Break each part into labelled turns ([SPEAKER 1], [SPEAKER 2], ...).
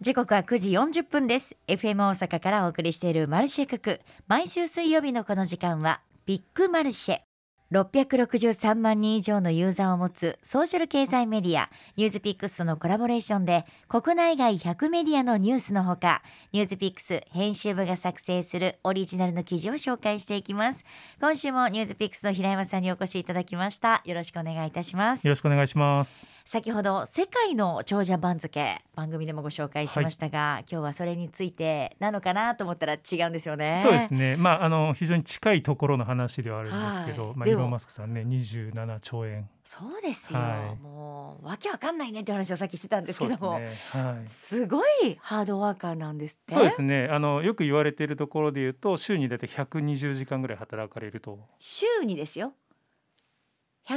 [SPEAKER 1] 時刻は9時40分です FM 大阪からお送りしているマルシェクク毎週水曜日のこの時間はビッグマルシェ663万人以上のユーザーを持つソーシャル経済メディアニュースピックスとのコラボレーションで国内外100メディアのニュースのほかニュースピックス編集部が作成するオリジナルの記事を紹介していきます今週もニュースピックスの平山さんにお越しいただきましたよろしくお願いいたします
[SPEAKER 2] よろしくお願いします。
[SPEAKER 1] 先ほど世界の長者番付番組でもご紹介しましたが、今日はそれについてなのかなと思ったら違うんですよね。
[SPEAKER 2] そうですね。まああの非常に近いところの話ではあるんですけど、
[SPEAKER 1] はい
[SPEAKER 2] まあ
[SPEAKER 1] で
[SPEAKER 2] イ
[SPEAKER 1] も
[SPEAKER 2] ーロンマスクさんね、27兆円
[SPEAKER 1] そうですよ、
[SPEAKER 2] はい
[SPEAKER 1] もうわけわかんないねって話をさっきしてたんですけども、
[SPEAKER 2] そうですね。はい。
[SPEAKER 1] すごいハードワーカーなんですって。
[SPEAKER 2] そうですね。あのよく言われているところで言うと、週にだいたい120時間ぐらい働かれると。
[SPEAKER 1] 週にですよ。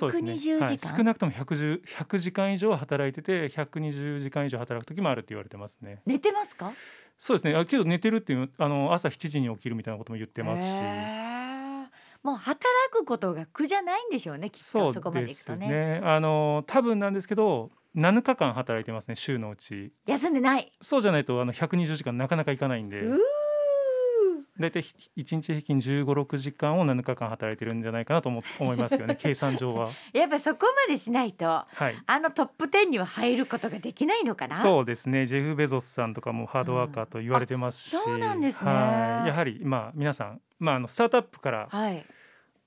[SPEAKER 2] そうですね
[SPEAKER 1] 120時間。
[SPEAKER 2] はい少なくとも110 100時間以上働いてて120時間以上働く時もあるって言われてますね
[SPEAKER 1] 寝てますか？
[SPEAKER 2] そうですねあけど寝てるっていうあの朝7時に起きるみたいなことも言ってますし、
[SPEAKER 1] へーもう働くことが苦じゃないんでしょうね。きっとそこまでいくとね
[SPEAKER 2] あの多分なんですけど7日間働いてますね週のうち
[SPEAKER 1] 休んでない。
[SPEAKER 2] そうじゃないとあの120時間なかなかいかないんで
[SPEAKER 1] うー
[SPEAKER 2] 大体ひ1日平均1 5 6時間を7日間働いてるんじゃないかなと思思いま すよね計算上は
[SPEAKER 1] やっぱそこまでしないと。
[SPEAKER 2] はい
[SPEAKER 1] あのトップ10には入ることができないのかな。
[SPEAKER 2] そうですねジェフ・ベゾスさんとかもハードワーカーと言われてますし、
[SPEAKER 1] あそうなんですね
[SPEAKER 2] はいやはりまあ皆さん、まあ、あのスタートアップから
[SPEAKER 1] はい。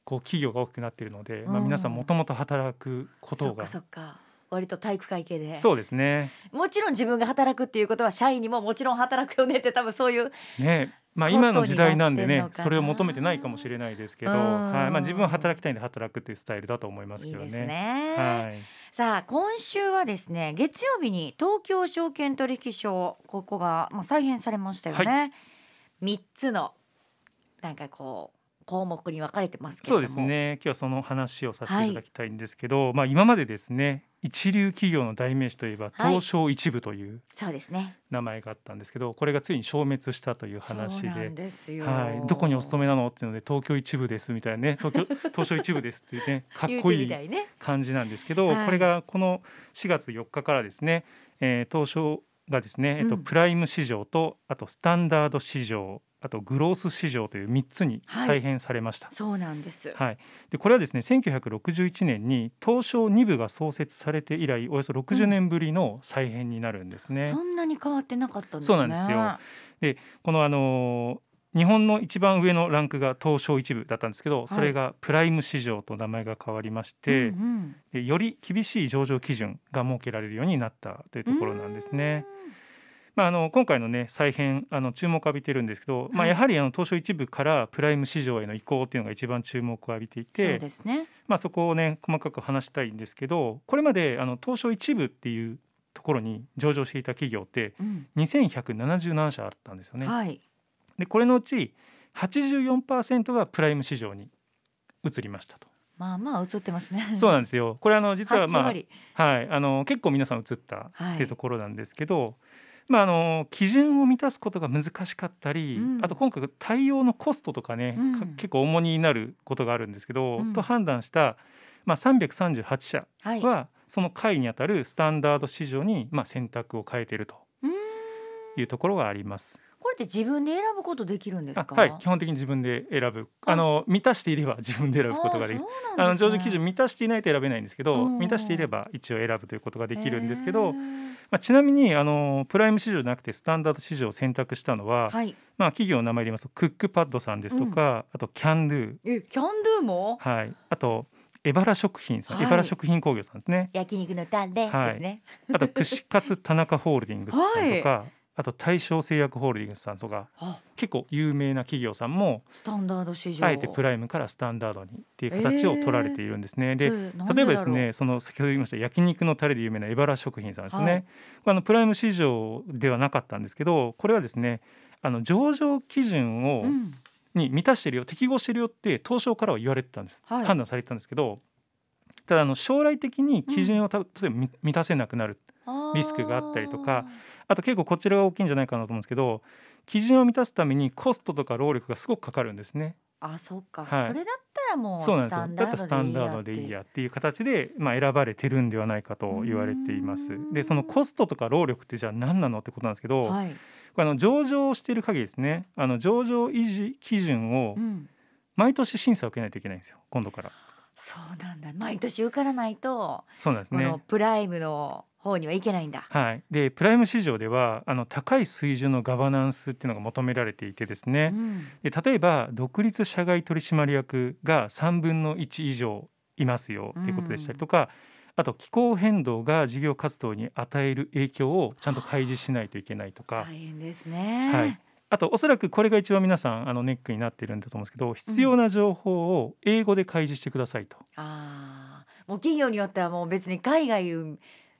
[SPEAKER 2] こう企業が大きくなっているので、
[SPEAKER 1] う
[SPEAKER 2] まあ、
[SPEAKER 1] ん
[SPEAKER 2] 皆さんもともと働くこ
[SPEAKER 1] そ
[SPEAKER 2] と
[SPEAKER 1] っ
[SPEAKER 2] が
[SPEAKER 1] かそっか。割と体育会系で。
[SPEAKER 2] そうですね
[SPEAKER 1] もちろん自分が働くっていうことは社員にももちろん働くよねって多分そういう。
[SPEAKER 2] ねまあ、
[SPEAKER 1] ことに
[SPEAKER 2] 今の時代なんで
[SPEAKER 1] な
[SPEAKER 2] ね
[SPEAKER 1] ってんのかな
[SPEAKER 2] それを求めてないかもしれないですけど、
[SPEAKER 1] う
[SPEAKER 2] は
[SPEAKER 1] ん
[SPEAKER 2] いまあ、自分は働きたいんで働くっていうスタイルだと思います
[SPEAKER 1] い
[SPEAKER 2] け
[SPEAKER 1] い
[SPEAKER 2] どね。
[SPEAKER 1] ですね。
[SPEAKER 2] はい、
[SPEAKER 1] さあ今週はですね月曜日に東京証券取引所ここがまあ再編されましたよね。三、つのなんかこう項目に分かれてますけれど
[SPEAKER 2] そう
[SPEAKER 1] も。
[SPEAKER 2] です。ね今日はその話をさせていただきたいんですけど、まあ、今までですね一流企業の代名詞といえば
[SPEAKER 1] はい
[SPEAKER 2] 東証一部という
[SPEAKER 1] そうですね。
[SPEAKER 2] 名前があったんですけど、これがついに消滅したという話
[SPEAKER 1] そうなん
[SPEAKER 2] で。
[SPEAKER 1] ですよ。
[SPEAKER 2] はい、どこにお勤めなのっていうので東京一部ですみたいなね東京 東証一部ですっていうねかっこい
[SPEAKER 1] 言うてみ
[SPEAKER 2] い
[SPEAKER 1] たいね。
[SPEAKER 2] 感じなんですけど、
[SPEAKER 1] はい
[SPEAKER 2] これがこの4月4日からですね、えー東証がですね、えっと
[SPEAKER 1] うん
[SPEAKER 2] プライム市場とあとスタンダード市場あとグロース市場という3つに
[SPEAKER 1] はい
[SPEAKER 2] 再編されました。はい
[SPEAKER 1] そうなんです。
[SPEAKER 2] でこれはですね1961年に東証2部が創設されて以来およそ60年ぶりの再編になるんですね。
[SPEAKER 1] そんなに変わってなかったんですね。
[SPEAKER 2] そうなんですよこのあのー日本の一番上のランクが東証一部だったんですけど、それがプライム市場と名前が変わりまして、
[SPEAKER 1] うんうん
[SPEAKER 2] でより厳しい上場基準が設けられるようになったというところなんですね。。まあ、あの今回の、ね、再編あの注目を浴びてるんですけど、ま
[SPEAKER 1] はい
[SPEAKER 2] あ、やはりあの東証一部からプライム市場への移行っていうのが一番注目を浴びてい
[SPEAKER 1] うんそう
[SPEAKER 2] てそ,、
[SPEAKER 1] ですね。
[SPEAKER 2] まあ、そこを、ね、細かく話したいんですけどこれまであの東証一部っていうところに上場していた企業って
[SPEAKER 1] うん
[SPEAKER 2] 2177社あったんですよね。
[SPEAKER 1] はい。
[SPEAKER 2] でこれのうち84%がプライム市場に移りましたと。
[SPEAKER 1] まあまあ映ってますね。
[SPEAKER 2] そうなんですよこれあの実は、
[SPEAKER 1] 八
[SPEAKER 2] まあ、
[SPEAKER 1] 割。
[SPEAKER 2] はい、あの結構皆さん映った
[SPEAKER 1] はい
[SPEAKER 2] っていうところなんですけど、まあ、あの基準を満たすことが難しかったり、
[SPEAKER 1] うん
[SPEAKER 2] あと今回対応のコストとかね、
[SPEAKER 1] うん
[SPEAKER 2] か結構重荷になることがあるんですけど、
[SPEAKER 1] うん
[SPEAKER 2] と判断した、まあ、338社
[SPEAKER 1] はい。
[SPEAKER 2] は、その会にあたるスタンダード市場に、まあ、選択を変えていると
[SPEAKER 1] うん
[SPEAKER 2] いうところがあります。
[SPEAKER 1] これって自分で選ぶことできるんです
[SPEAKER 2] あ
[SPEAKER 1] か。
[SPEAKER 2] はい、基本的に自分で選ぶ
[SPEAKER 1] あ
[SPEAKER 2] あの満たしていれば自分で選ぶことができる
[SPEAKER 1] あ
[SPEAKER 2] あ
[SPEAKER 1] あ
[SPEAKER 2] の
[SPEAKER 1] そう
[SPEAKER 2] 上
[SPEAKER 1] なんで
[SPEAKER 2] 場
[SPEAKER 1] すね
[SPEAKER 2] 基準満たしていないと選べないんですけど、
[SPEAKER 1] うん
[SPEAKER 2] 満たしていれば一応選ぶということができるんですけ
[SPEAKER 1] へ
[SPEAKER 2] ど、
[SPEAKER 1] ー
[SPEAKER 2] まあ、ちなみにあのプライム市場じゃなくてスタンダード市場を選択したのは、
[SPEAKER 1] はい。
[SPEAKER 2] まあ、企業の名前で言いますとクックパッドさんですとか、あとキャンドゥ、
[SPEAKER 1] え、キャンドゥも
[SPEAKER 2] はい、あとエバラ食品さん、
[SPEAKER 1] はい
[SPEAKER 2] エバラ食品工業さんですね
[SPEAKER 1] 焼肉のタレですね。
[SPEAKER 2] あと串カツ田中ホールディングスさんとか、あと大正製薬ホールディングスさんとか
[SPEAKER 1] あ、
[SPEAKER 2] 結構有名な企業さんも
[SPEAKER 1] スタンダード市場。
[SPEAKER 2] あえてプライムからスタンダードにっていう形を取られているんですね。で
[SPEAKER 1] そうなん
[SPEAKER 2] 例え
[SPEAKER 1] だ
[SPEAKER 2] ばで
[SPEAKER 1] ろう
[SPEAKER 2] すねその先ほど言いました焼肉のタレで有名なエバラ食品さんですね、
[SPEAKER 1] はい
[SPEAKER 2] あのプライム市場ではなかったんですけどこれはですねあの上場基準を、
[SPEAKER 1] うん。
[SPEAKER 2] に満たしてるよ適合してるよって東証からは言われてたんです、
[SPEAKER 1] はい
[SPEAKER 2] 判断されてたんですけどただあの将来的に基準をた、例えばみ満たせなくなる
[SPEAKER 1] あー
[SPEAKER 2] リスクがあったりとか。あと結構こちらが大きいんじゃないかなと思うんですけど基準を満たすためにコストとか労力がすごくかかるんですね。
[SPEAKER 1] あそっか、
[SPEAKER 2] はい
[SPEAKER 1] それだったらもう
[SPEAKER 2] そうなん
[SPEAKER 1] スタ
[SPEAKER 2] ですよ
[SPEAKER 1] ン
[SPEAKER 2] だったら
[SPEAKER 1] ダ
[SPEAKER 2] スタンダー
[SPEAKER 1] ード
[SPEAKER 2] ド
[SPEAKER 1] で
[SPEAKER 2] で
[SPEAKER 1] い
[SPEAKER 2] い
[SPEAKER 1] い
[SPEAKER 2] い
[SPEAKER 1] や
[SPEAKER 2] やっていう形で、まあ、選ばれてるんではないかと言われていま
[SPEAKER 1] う
[SPEAKER 2] す
[SPEAKER 1] ーん
[SPEAKER 2] でそのコストとか労力ってじゃあ何なのってことなんですけど、
[SPEAKER 1] はい、
[SPEAKER 2] あの上場してる限りですねあの上場維持基準を
[SPEAKER 1] うん、
[SPEAKER 2] 毎年審査を受けないといけないんですよ今度から
[SPEAKER 1] そうなんだ毎年受からないと、
[SPEAKER 2] そうなんです
[SPEAKER 1] この
[SPEAKER 2] ね
[SPEAKER 1] プライムの方にはいけないんだ
[SPEAKER 2] はいでプライム市場ではあの高い水準のガバナンスっていうのが求められていてですね、
[SPEAKER 1] うん
[SPEAKER 2] で例えば独立社外取締役が3分の1以上いますよっていうことでしたりとか、あと気候変動が事業活動に与える影響をちゃんと開示しないといけないと
[SPEAKER 1] 大
[SPEAKER 2] か、
[SPEAKER 1] 変ですね、
[SPEAKER 2] はい、あとおそらくこれが一番皆さんあのネックになってるんだと思うんですけど必要な情報を英語で開示してくださいと。
[SPEAKER 1] ああもう企業によってはもう別に海外ね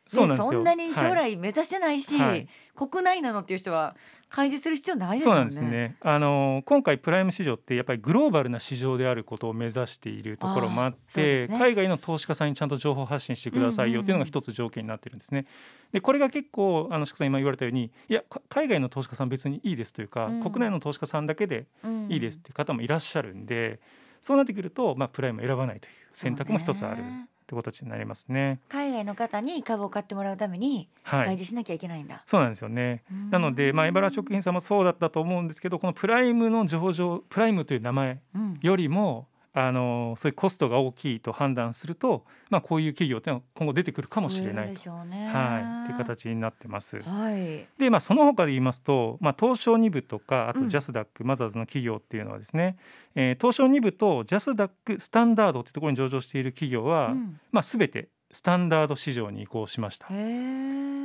[SPEAKER 1] そ
[SPEAKER 2] そうなんですよ
[SPEAKER 1] んなに将
[SPEAKER 2] はい
[SPEAKER 1] 来目指してないし、
[SPEAKER 2] はい
[SPEAKER 1] 国内なのっていう人は開示する必要ないです
[SPEAKER 2] そう
[SPEAKER 1] もんね。
[SPEAKER 2] なんですね。あの今回プライム市場ってやっぱりグローバルな市場であることを目指しているところもあっ
[SPEAKER 1] あーそうで
[SPEAKER 2] て
[SPEAKER 1] すね
[SPEAKER 2] 海外の投資家さんにちゃんと情報発信してくださいよっていうのが一つ条件になってるんですね。でこれが結構あのしくさん今言われたようにいやか海外の投資家さん別にいいですというか、
[SPEAKER 1] うん
[SPEAKER 2] 国内の投資家さんだけで
[SPEAKER 1] うん
[SPEAKER 2] いいですっていう方もいらっしゃるんで、そうなってくるとまあプライムを選ばないという選択も一つある
[SPEAKER 1] そう
[SPEAKER 2] っ
[SPEAKER 1] ね
[SPEAKER 2] てことになりますね。
[SPEAKER 1] 海外の方に株を買ってもらうために
[SPEAKER 2] は
[SPEAKER 1] 開
[SPEAKER 2] い。
[SPEAKER 1] 示しなきゃいけないんだ。
[SPEAKER 2] そうなんですよね。なので、まあ、エバラ食品さんもそうだったと思うんですけどこのプライムの上場プライムという名前
[SPEAKER 1] うん
[SPEAKER 2] よりもあのそういうコストが大きいと判断すると、まあ、こういう企業っていうのは今後出てくるかもしれ
[SPEAKER 1] 増
[SPEAKER 2] な
[SPEAKER 1] える
[SPEAKER 2] い
[SPEAKER 1] で
[SPEAKER 2] と。
[SPEAKER 1] しょうね。
[SPEAKER 2] はい、っていう形になってます。
[SPEAKER 1] はい。
[SPEAKER 2] で、まあ、その他で言いますと、まあ、東証2部とかあ
[SPEAKER 1] う
[SPEAKER 2] と
[SPEAKER 1] ん
[SPEAKER 2] ジャスダック、マザーズの企業っていうのはですね、えー東証2部とジャスダックスタンダードってところに上場している企業は、
[SPEAKER 1] うん
[SPEAKER 2] まあ、全てスタンダード市場に移行しました。
[SPEAKER 1] へ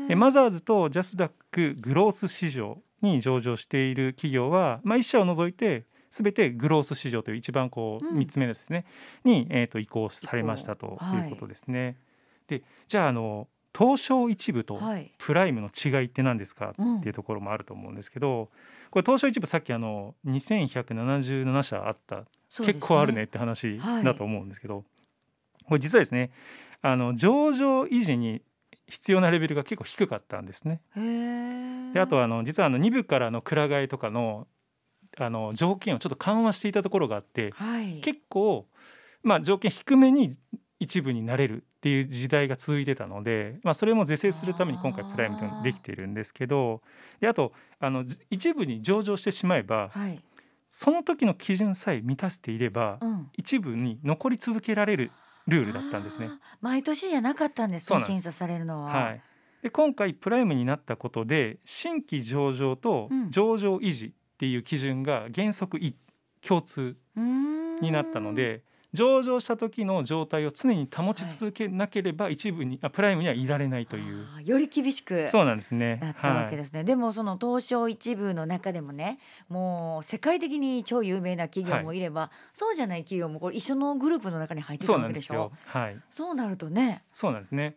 [SPEAKER 2] で
[SPEAKER 1] え。
[SPEAKER 2] マザーズとジャスダックグロース市場に上場している企業は、まあ、1社を除いて全てグロース市場という一番こう
[SPEAKER 1] うん
[SPEAKER 2] 3つ目ですね、に、えー、と移行されましたということですね。でじゃああの東証一部と
[SPEAKER 1] はい。
[SPEAKER 2] プライムの違いって何ですか
[SPEAKER 1] うん
[SPEAKER 2] っていうところもあると思うんですけどこれ東証一部さっきあの2177社あった
[SPEAKER 1] そうです
[SPEAKER 2] 結構あるねっ。て話
[SPEAKER 1] はい
[SPEAKER 2] だと思うんですけど、これ実はですねあの上場維持に必要なレベルが結構低かったんですね。
[SPEAKER 1] へえ。
[SPEAKER 2] であとはあの実はあの2部からのくら替えとかのあの条件をちょっと緩和していたところがあって
[SPEAKER 1] はい。
[SPEAKER 2] 結構、まあ、条件低めに一部になれるっていう時代が続いてたので、まあ、それも是正するために今回プライムというのができているんですけどであとあの一部に上場してしまえば
[SPEAKER 1] はい。
[SPEAKER 2] その時の基準さえ満たしていれば
[SPEAKER 1] うん。
[SPEAKER 2] 一部に残り続けられるルールだったんですね。
[SPEAKER 1] あー。毎年じゃなかったんです
[SPEAKER 2] そう
[SPEAKER 1] ね。
[SPEAKER 2] なんです
[SPEAKER 1] 審査されるのは。
[SPEAKER 2] はい、で今回プライムになったことで新規上場と
[SPEAKER 1] うん
[SPEAKER 2] 上場維持っていう基準が原則い共通
[SPEAKER 1] うーん
[SPEAKER 2] になったの。で上場した時の状態を常に保ち続けなければ一部に、あプライムにはいられないという
[SPEAKER 1] あーより厳しく。
[SPEAKER 2] そうなんですね。
[SPEAKER 1] だったわけ
[SPEAKER 2] はい
[SPEAKER 1] ですね、でもその東証一部の中でもねもう世界的に超有名な企業もいれば、そうじゃない企業もこれ一緒のグループの中に入ってた
[SPEAKER 2] そう
[SPEAKER 1] わ
[SPEAKER 2] なん
[SPEAKER 1] けで
[SPEAKER 2] で
[SPEAKER 1] し
[SPEAKER 2] す
[SPEAKER 1] ょ
[SPEAKER 2] よ。はい。
[SPEAKER 1] そうなるとね
[SPEAKER 2] そうなんですね。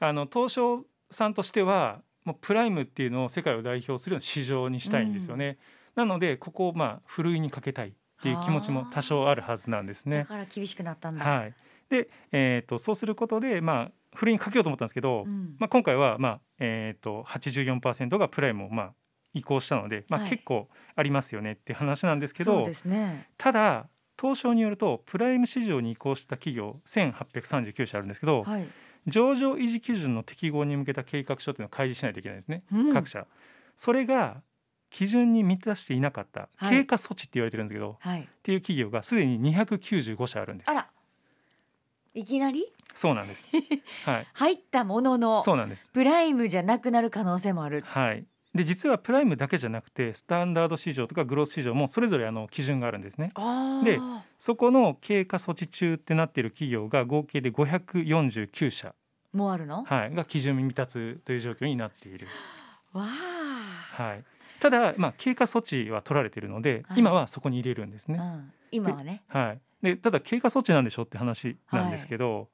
[SPEAKER 2] あの東証さんとしてはもうプライムっていうのを世界を代表するような市場にしたいんですよね。なのでここをまあふるいにかけたいっていう気持ちも多少あるはずなんです
[SPEAKER 1] だ
[SPEAKER 2] ね。
[SPEAKER 1] から厳しくなったんだ、
[SPEAKER 2] はい。で、えっ、とそうすることでまあふるいにかけようと思ったんですけど、
[SPEAKER 1] うん
[SPEAKER 2] まあ今回はまあえっ、ー、と84%がプライムをまあ移行したので、ま
[SPEAKER 1] は
[SPEAKER 2] あ
[SPEAKER 1] い
[SPEAKER 2] 結構ありますよねっていう話なんですけ
[SPEAKER 1] そう
[SPEAKER 2] ど
[SPEAKER 1] で、すね
[SPEAKER 2] ただ東証によるとプライム市場に移行した企業1839社あるんですけど。
[SPEAKER 1] はい、
[SPEAKER 2] 上場維持基準の適合に向けた計画書というのを開示しないといけないんですね、
[SPEAKER 1] うん
[SPEAKER 2] 各社それが基準に満たしていなかった、
[SPEAKER 1] はい
[SPEAKER 2] 経過措置って言われてるんですけどっ
[SPEAKER 1] はい、
[SPEAKER 2] ていう企業がすでに295社あるんです
[SPEAKER 1] あらいきなり
[SPEAKER 2] そうな んですはい
[SPEAKER 1] 入ったものの
[SPEAKER 2] そうなんです
[SPEAKER 1] プライムじゃなくなる可能性もある
[SPEAKER 2] はいで実はプライムだけじゃなくてスタンダード市場とかグロース市場もそれぞれあの基準があるんですね
[SPEAKER 1] あー
[SPEAKER 2] でそこの経過措置中ってなっている企業が合計で549社、
[SPEAKER 1] もうあるの
[SPEAKER 2] はい、が基準に満たすという状況になっている
[SPEAKER 1] わ
[SPEAKER 2] はい、ただ、まあ、経過措置は取られているので、
[SPEAKER 1] はい
[SPEAKER 2] 今はそこに入れるんです
[SPEAKER 1] あ、
[SPEAKER 2] ね。
[SPEAKER 1] うん、今はね
[SPEAKER 2] はい、でただ経過措置なんでしょって話なんですけど、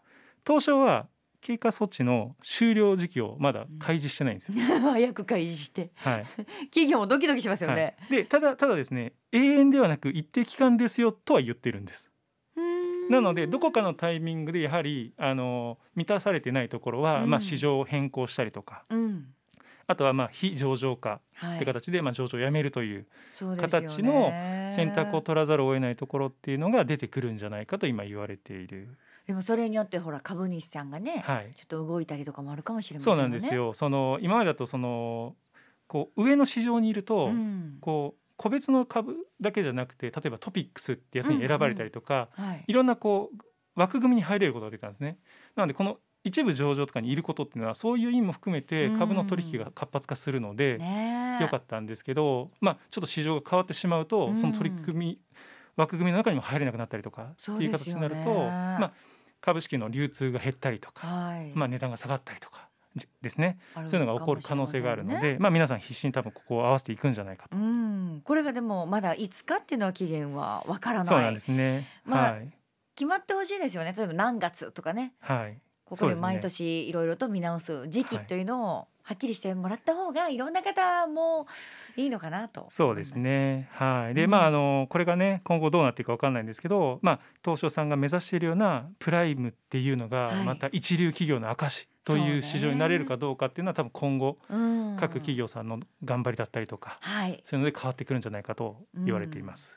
[SPEAKER 2] 東証は経過措置の終了時期をまだ開示してないんですよ。
[SPEAKER 1] 早く開示して
[SPEAKER 2] はい
[SPEAKER 1] 企業もドキドキしますよ
[SPEAKER 2] は
[SPEAKER 1] ね、
[SPEAKER 2] い、でただただですね永遠ではなく一定期間ですよとは言ってるんです。なのでどこかのタイミングでやはりあの満たされてないところは、
[SPEAKER 1] うん
[SPEAKER 2] まあ、市場を変更したりとか
[SPEAKER 1] うん、
[SPEAKER 2] ああとはまあ非上場化
[SPEAKER 1] は
[SPEAKER 2] って形で、まあ、上場をやめるという
[SPEAKER 1] そうですよね
[SPEAKER 2] 形の選択を取らざるを得ないところっていうのが出てくるんじゃないかと今言われている。
[SPEAKER 1] でもそれによってほら株主さんがね、
[SPEAKER 2] はい、
[SPEAKER 1] ちょっと動いたりとかもあるかもしれません
[SPEAKER 2] そう
[SPEAKER 1] よね。
[SPEAKER 2] なんですよ。その今までだとそのこう上の市場にいると、
[SPEAKER 1] うん
[SPEAKER 2] こう個別の株だけじゃなくて例えばトピックスってやつに選ばれたりとか、
[SPEAKER 1] はい。
[SPEAKER 2] いろんなこう枠組みに入れることができたんですね。なのでこの一部上場とかにいることっていうのはそういう意味も含めて
[SPEAKER 1] うん
[SPEAKER 2] 株の取引が活発化するので
[SPEAKER 1] ねえ
[SPEAKER 2] 良かったんですけど、まあ、ちょっと市場が変わってしまうと
[SPEAKER 1] うん
[SPEAKER 2] その取り組み枠組みの中にも入れなくなったりとかって
[SPEAKER 1] そう
[SPEAKER 2] いう
[SPEAKER 1] です
[SPEAKER 2] 形
[SPEAKER 1] よ
[SPEAKER 2] に
[SPEAKER 1] ね
[SPEAKER 2] なると、まあ、株式の流通が減ったりとか、
[SPEAKER 1] はい。
[SPEAKER 2] まあ、値段が下がったりとかじですね
[SPEAKER 1] ある
[SPEAKER 2] そういうのが起こる可能性があるの
[SPEAKER 1] かもしれませんね。
[SPEAKER 2] で、まあ、皆さん必死に多分ここを合わせていくんじゃないかと。
[SPEAKER 1] うん、これがでもまだいつかっていうのは期限はわからない。
[SPEAKER 2] そうなんですね、
[SPEAKER 1] まあ
[SPEAKER 2] はい、
[SPEAKER 1] 決まってほしいですよね。例えば何月とかね、
[SPEAKER 2] はい
[SPEAKER 1] ここ
[SPEAKER 2] そう
[SPEAKER 1] で
[SPEAKER 2] ですね
[SPEAKER 1] 毎年いろいろと見直す時期
[SPEAKER 2] はい
[SPEAKER 1] というのをはっきりしてもらった方がいろんな方もいいのかなと。
[SPEAKER 2] そうです。ね。はい。で、
[SPEAKER 1] うん
[SPEAKER 2] まああのこれがね今後どうなっていくかわかんないんですけど、まあ東証さんが目指しているようなプライムっていうのが
[SPEAKER 1] はい
[SPEAKER 2] また一流企業の証と
[SPEAKER 1] そう
[SPEAKER 2] い
[SPEAKER 1] ね
[SPEAKER 2] う市場になれるかどうかっていうのは多分今後
[SPEAKER 1] うん、
[SPEAKER 2] 各企。業さんの頑張りだったりとか、
[SPEAKER 1] はい。
[SPEAKER 2] そういうので変わってくるんじゃないかと言われています。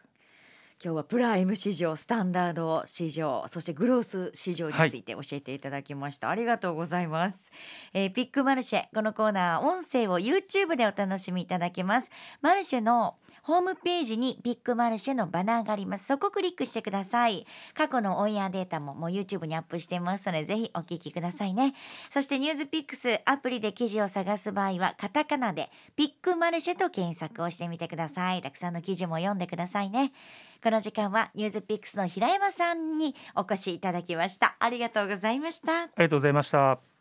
[SPEAKER 1] 今日はプライム市場、スタンダード市場、そしてグロース市場に
[SPEAKER 2] はい
[SPEAKER 1] ついて教えていただきました。ありがとうございます、えーピックマルシェ、このコーナー音声を YouTube でお楽しみいただけます。マルシェのホームページにピックマルシェのバナーがあります。そこをクリックしてください。過去のオンエアデータももう YouTube にアップしてますので、ぜひお聞きくださいね。そしてニュースピックスアプリで記事を探す場合はカタカナでピックマルシェと検索をしてみてください。たくさんの記事も読んでくださいね。この時間はニュースピックスの平山さんにお越しいただきました。ありがとうございました。
[SPEAKER 2] ありがとうございました。